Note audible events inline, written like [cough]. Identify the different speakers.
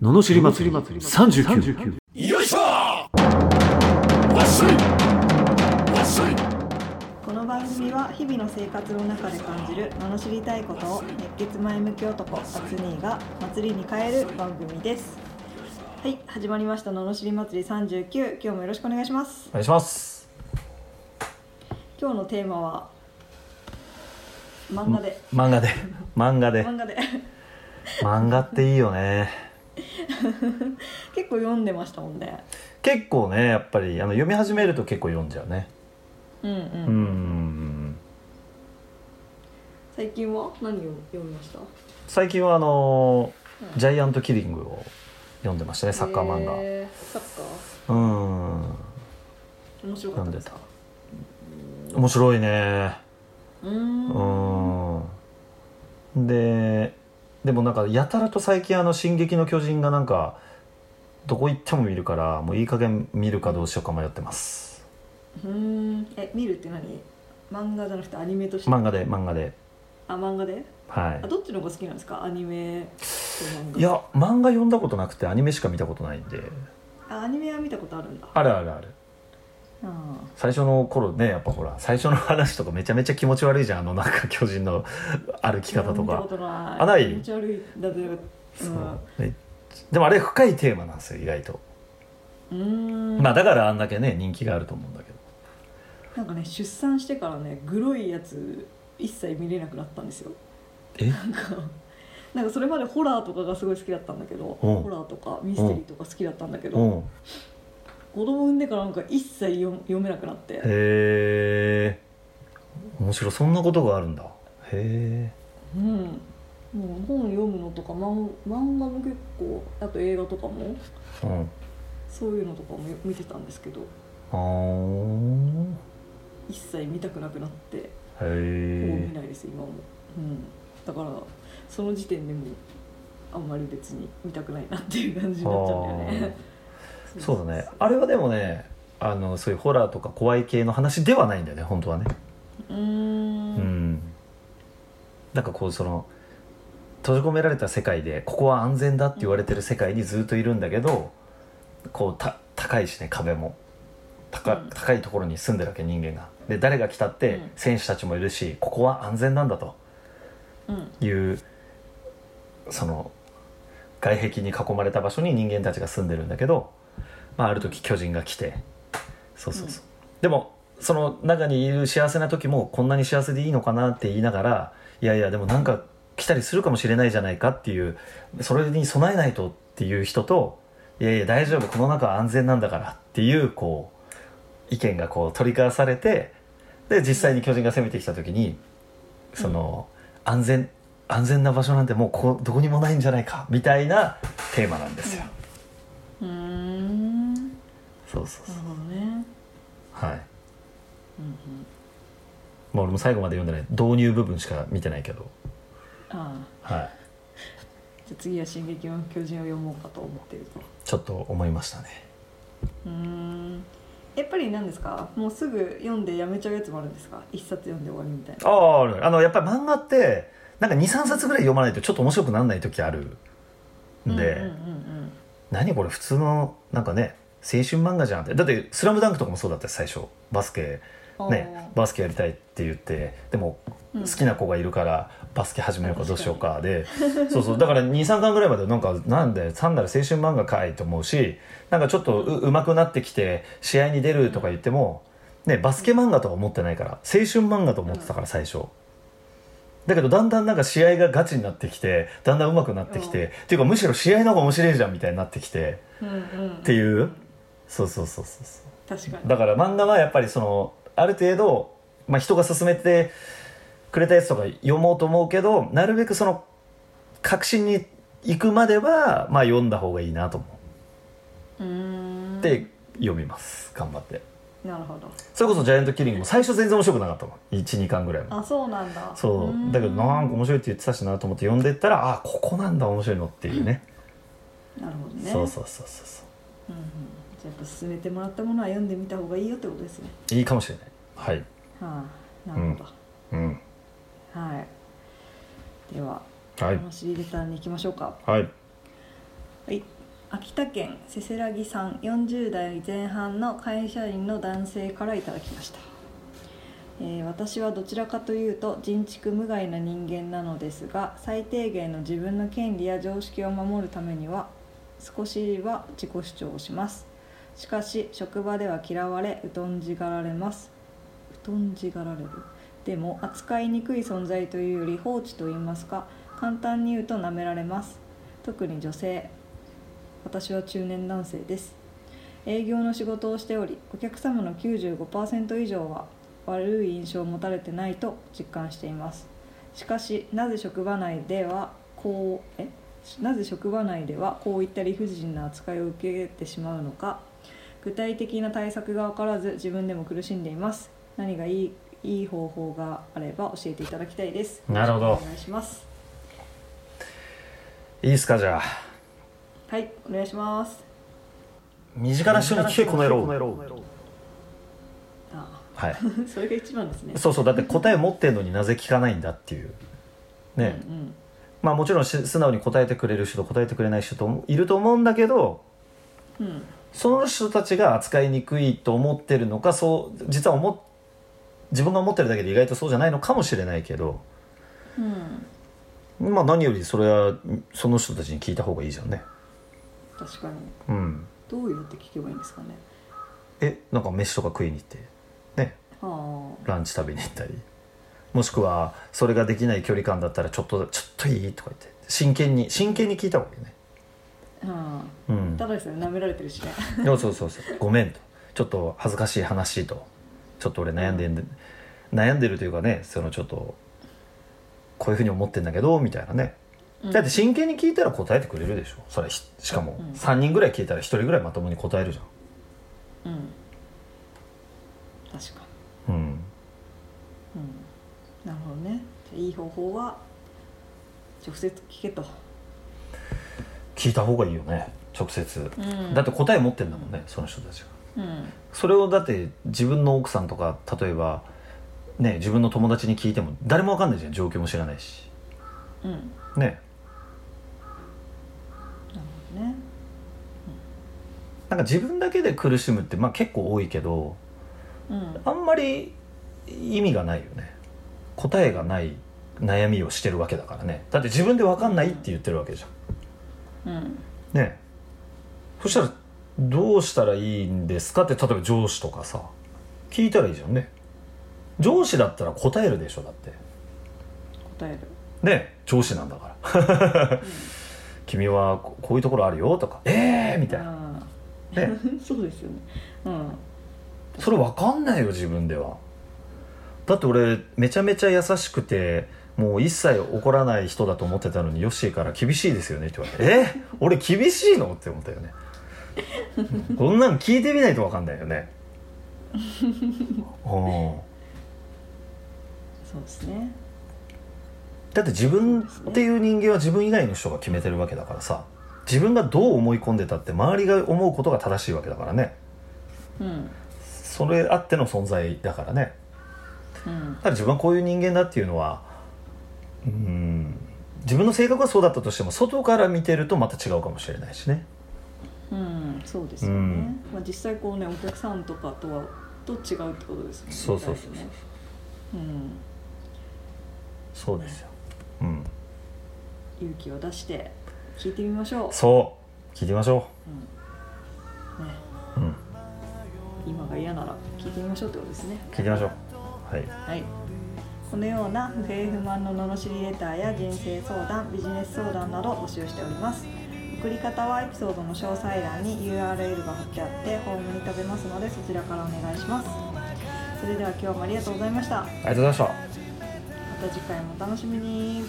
Speaker 1: ののしり祭り39
Speaker 2: よいしょわっしょいわっしょい
Speaker 3: この番組は日々の生活の中で感じる罵りたいことを熱血前向き男アツニーが祭りに変える番組ですはい始まりました罵り祭り39今日もよろしくお願いします
Speaker 4: お願いします
Speaker 3: 今日のテーマは漫画で
Speaker 4: 漫画で漫画で
Speaker 3: 漫画で
Speaker 4: 漫画っていいよね
Speaker 3: 結構読んでましたもんね
Speaker 4: 結構ねやっぱりあの読み始めると結構読んじゃうね
Speaker 3: うんうん、
Speaker 4: うんうんうん
Speaker 3: 最近は何を読みました
Speaker 4: 最近はあの
Speaker 3: うん
Speaker 4: ジャイアントキリングを読んでましたねサッカー漫画
Speaker 3: えーサッカー
Speaker 4: うん
Speaker 3: 面白かっ
Speaker 4: 読
Speaker 3: た
Speaker 4: ん
Speaker 3: で
Speaker 4: ですた
Speaker 3: か
Speaker 4: 面白いね
Speaker 3: うーん
Speaker 4: うんででもなんかやたらと最近あの「進撃の巨人」がなんかどこ行っても見るからもういい加減見るかどうしようか迷ってます
Speaker 3: うーんえ見るって何漫画じゃなくてアニメとして
Speaker 4: 漫画で漫画で
Speaker 3: あ漫画で
Speaker 4: はい
Speaker 3: あどっちの方が好きなんですかアニメと漫画
Speaker 4: いや漫画読んだことなくてアニメしか見たことないんで
Speaker 3: あアニメは見たことあるんだ
Speaker 4: あるあるある
Speaker 3: あ
Speaker 4: 最初の頃ねやっぱほら最初の話とかめちゃめちゃ気持ち悪いじゃんあのなんか巨人の歩き方と
Speaker 3: 見た
Speaker 4: か
Speaker 3: ことない
Speaker 4: あない
Speaker 3: 気持ち悪いだってなんか
Speaker 4: そうえでもあれ深いテーマなんですよ意外と、
Speaker 3: うんうーん
Speaker 4: まあだからあんだけね人気があると思うんだけど
Speaker 3: なんかね出産してからねグロいやつ一切見れなくなったんですよ
Speaker 4: え
Speaker 3: なんかなんかそれまでホラーとかがすごい好きだったんだけど
Speaker 4: うん
Speaker 3: ホラーとかミステリーとか好きだったんだけ
Speaker 4: う
Speaker 3: ど
Speaker 4: んへ
Speaker 3: 子供産んでからなんか一切読読めなくなって
Speaker 4: え面白いそんなことがあるんだへ
Speaker 3: うんもう本読むのとか漫漫画も結構あと映画とかも
Speaker 4: えうん
Speaker 3: そういうのとかも見てたんですけど
Speaker 4: あー
Speaker 3: 一切見たくなくなってもう
Speaker 4: へ
Speaker 3: 見ないです今も、うん、だからその時点でもうあんまり別に見たくないなっていう感じになっちゃうんだよね [laughs]
Speaker 4: えそうだねあれはでもねあのそういうホラーとか怖い系の話ではないんだよね本当はね
Speaker 3: うーん
Speaker 4: うん、なんかこうその閉じ込められた世界でここは安全だって言われてる世界にずっといるんだけどこうた高いしね壁も高,、
Speaker 3: うん
Speaker 4: 高いところに住んでるわけ人間がで誰が来たっ
Speaker 3: う
Speaker 4: て
Speaker 3: ん
Speaker 4: 選手たちもいるし、ここは安全なんだと
Speaker 3: うん
Speaker 4: いうその外壁に囲まれた場所に人間たちが住んでるんだけど、まあ、ある時巨人が来てそうそうそう、でもその中にいる幸せな時もこんなに幸せでいいのかなって言いながらいやいやでもなんか来たりするかもしれないじゃないかっていうそれに備えないとっていう人といやいや大丈夫この中は安全なんだからっていうこう意見がこう取り交わされてで実際に巨人が攻めてきた時にその、安全安全な場所なんてもうここどこにもないんじゃないかみたいなテーマなんですよ、
Speaker 3: うーんなる
Speaker 4: そうそうそう
Speaker 3: ほどね
Speaker 4: はい
Speaker 3: うんうん
Speaker 4: まあ俺も最後まで読んでない導入部分しか見てないけど
Speaker 3: ああ
Speaker 4: はい
Speaker 3: じゃあ次は「進撃の巨人」を読もうかと思ってると
Speaker 4: ちょっと思いましたね
Speaker 3: うーんやっぱり何ですかもうすぐ読んでやめちゃうやつもあるんですか一冊読んで終わりみたいな
Speaker 4: あああのやっぱり漫画ってなんか23冊ぐらい読まないとちょっと面白くならない時あるんで、
Speaker 3: うんうんうん
Speaker 4: 何これ普通のなんかね青春漫画じゃんってだって「スラムダンクとかもそうだったし最初バスケ
Speaker 3: うん
Speaker 4: ねバスケやりたいって言ってでも
Speaker 3: うん
Speaker 4: 好きな子がいるからバスケ始めようかどうしようかで [laughs] そうそうだから23巻ぐらいまでなんかなんで単なる青春漫画かいと思うしなんかちょっとううまくなってきて試合に出るとか言っても、ね、バスケ漫画とは思ってないから青春漫画と思ってたから最初。だけどだんだんなんか試合がガチになってきてだんだん上手くなってきて、っていうかむしろ試合の方が面白いじゃんみたいになってきて
Speaker 3: うんうんうん
Speaker 4: っていうそうそうそうそうそう
Speaker 3: 確かに
Speaker 4: だから漫画はやっぱりそのある程度、まあ、人が勧めてくれたやつとか読もうと思うけどなるべくその確信に行くまでは、まあ、読んだ方がいいなと思
Speaker 3: うーん
Speaker 4: って読みます頑張って
Speaker 3: なるほど
Speaker 4: それこそ「ジャイアントキリング」も最初全然面白くなかったもん12巻ぐらいも
Speaker 3: あそうなんだ
Speaker 4: そう
Speaker 3: ー
Speaker 4: うんだけどなんか面白いって言ってたしなと思って読んでったらあここなんだ面白いのっていうね
Speaker 3: なるほどね
Speaker 4: そうそうそうそうそう
Speaker 3: うんうん、じゃあやっぱ勧めてもらったものは読んでみた方がいいよってことですね
Speaker 4: いいかもしれないはい
Speaker 3: はあなるほど、
Speaker 4: うん
Speaker 3: はいでは
Speaker 4: はい
Speaker 3: 楽しいレターに行きましょうか
Speaker 4: はい
Speaker 3: はい、秋田県せせらぎさん40代前半の会社員の男性からいただきました、えー私はどちらかというと人畜無害な人間なのですが最低限の自分の権利や常識を守るためには少しは自己主張をしますしかし職場では嫌われ疎んじがられます疎んじがられるでも扱いにくい存在というより放置と言いますか簡単に言うと舐められます特に女性私は中年男性です営業の仕事をしておりお客様の95%以上は悪い印象を持たれてないと実感していますしかしなぜ職場内ではこうえなぜ職場内ではこういった理不尽な扱いを受けてしまうのか具体的な対策が分からず自分でも苦しんでいます何がいいいい方法があれば教えていただきたいです
Speaker 4: なるほど
Speaker 3: お願いします
Speaker 4: いいですかじゃあ
Speaker 3: はいお願いします
Speaker 4: 身近な人に聞けこの野郎
Speaker 3: あ
Speaker 4: はい
Speaker 3: ー [laughs] それが一番ですね
Speaker 4: そうそうだって答え持ってんのになぜ聞かないんだっていうね、
Speaker 3: うん
Speaker 4: まあもちろんし素直に答えてくれる人と答えてくれない人ともいると思うんだけど
Speaker 3: うんうん
Speaker 4: その人たちが扱いにくいと思ってるのかそう実は思っ自分が思ってるだけで意外とそうじゃないのかもしれないけど
Speaker 3: うん
Speaker 4: まあ何よりそれはその人たちに聞いた方がいいじゃんね
Speaker 3: 確かに
Speaker 4: うん
Speaker 3: どうやって聞けばいいんですかね
Speaker 4: えなんか飯とか食いに行ってね
Speaker 3: はあ
Speaker 4: ランチ食べに行ったりもしくはそれができない距離感だったらちょっとちょっといいとか言って真剣に真剣に聞いた方がいいね
Speaker 3: あ
Speaker 4: うん
Speaker 3: あただですね舐められてるしね
Speaker 4: そうそうそうそうごめんとちょっと恥ずかしい話とちょっと俺悩んでんで、悩んでるというかねそのちょっとこういうふうに思ってんだけどみたいなね、
Speaker 3: う
Speaker 4: [laughs]
Speaker 3: ん
Speaker 4: だって真剣に聞いたら答えてくれるでしょそれひしかも
Speaker 3: うん
Speaker 4: 3人ぐらい聞いたら1人ぐらいまともに答えるじ
Speaker 3: うん確か
Speaker 4: ゃんうん
Speaker 3: にうんなるほどねじゃあいい方法は直接聞けと
Speaker 4: 聞いた方がいいよね直接、
Speaker 3: うん
Speaker 4: だって答え持ってんだもんねその人たちが
Speaker 3: うん
Speaker 4: それをだって自分の奥さんとか例えばね自分の友達に聞いても誰もわかんないじゃん状況も知らないし
Speaker 3: うんなる
Speaker 4: ね
Speaker 3: ほどね
Speaker 4: なんか自分だけで苦しむって、まあ、結構多いけど
Speaker 3: うん
Speaker 4: あんまり意味がないよね答えがない悩みをしてるわけだからねだって自分で分かんないって言ってるわけじゃ
Speaker 3: うん
Speaker 4: んねそしたらどうしたらいいんですかって例えば上司とかさ聞いたらいいじゃんね上司だったら答えるでしょだって
Speaker 3: 答える
Speaker 4: ね上司なんだから [laughs] 君はここういうところあるよとかええー、みたいな
Speaker 3: あ
Speaker 4: ね
Speaker 3: ー [laughs] そうですよねうん
Speaker 4: それ分かんないよ自分ではだって俺めちゃめちゃ優しくてもう一切怒らない人だと思ってたのにヨッシーから「厳しいですよね」って言われて「え俺厳しいの?」って思ったよねうんこんなの聞いてみないと分かんないよねうん
Speaker 3: そうですね
Speaker 4: だって自分っていう人間は自分以外の人が決めてるわけだからさ自分がどう思い込んでたって周りが思うことが正しいわけだからね
Speaker 3: うん
Speaker 4: それあっての存在だからね
Speaker 3: うん
Speaker 4: ただ自分はこういう人間だっていうのはうん自分の性格はそうだったとしても外から見てるとまた違うかもしれないしね
Speaker 3: うん、そうですよね、
Speaker 4: うん
Speaker 3: まあ、実際こうねお客さんとかとはと違うってことですもんね
Speaker 4: そうそうそう
Speaker 3: だいぶね
Speaker 4: そうですよ、うん、
Speaker 3: うん、勇気を出して聞いてみましょ
Speaker 4: そう聞いてみましょ
Speaker 3: う、ね、
Speaker 4: う、うん、
Speaker 3: 今が嫌なら聞いてみましょうってことですね
Speaker 4: 聞いてみましょうはい
Speaker 3: はいこのような不平不満の罵りレターや人生相談ビジネス相談などを募集しております送り方はエピソードの詳細欄に URL が貼ってあってホームに飛べますのでそちらからお願いしますそれでは今日もありがとうございました
Speaker 4: ありがとうございました
Speaker 3: また次回もお楽しみに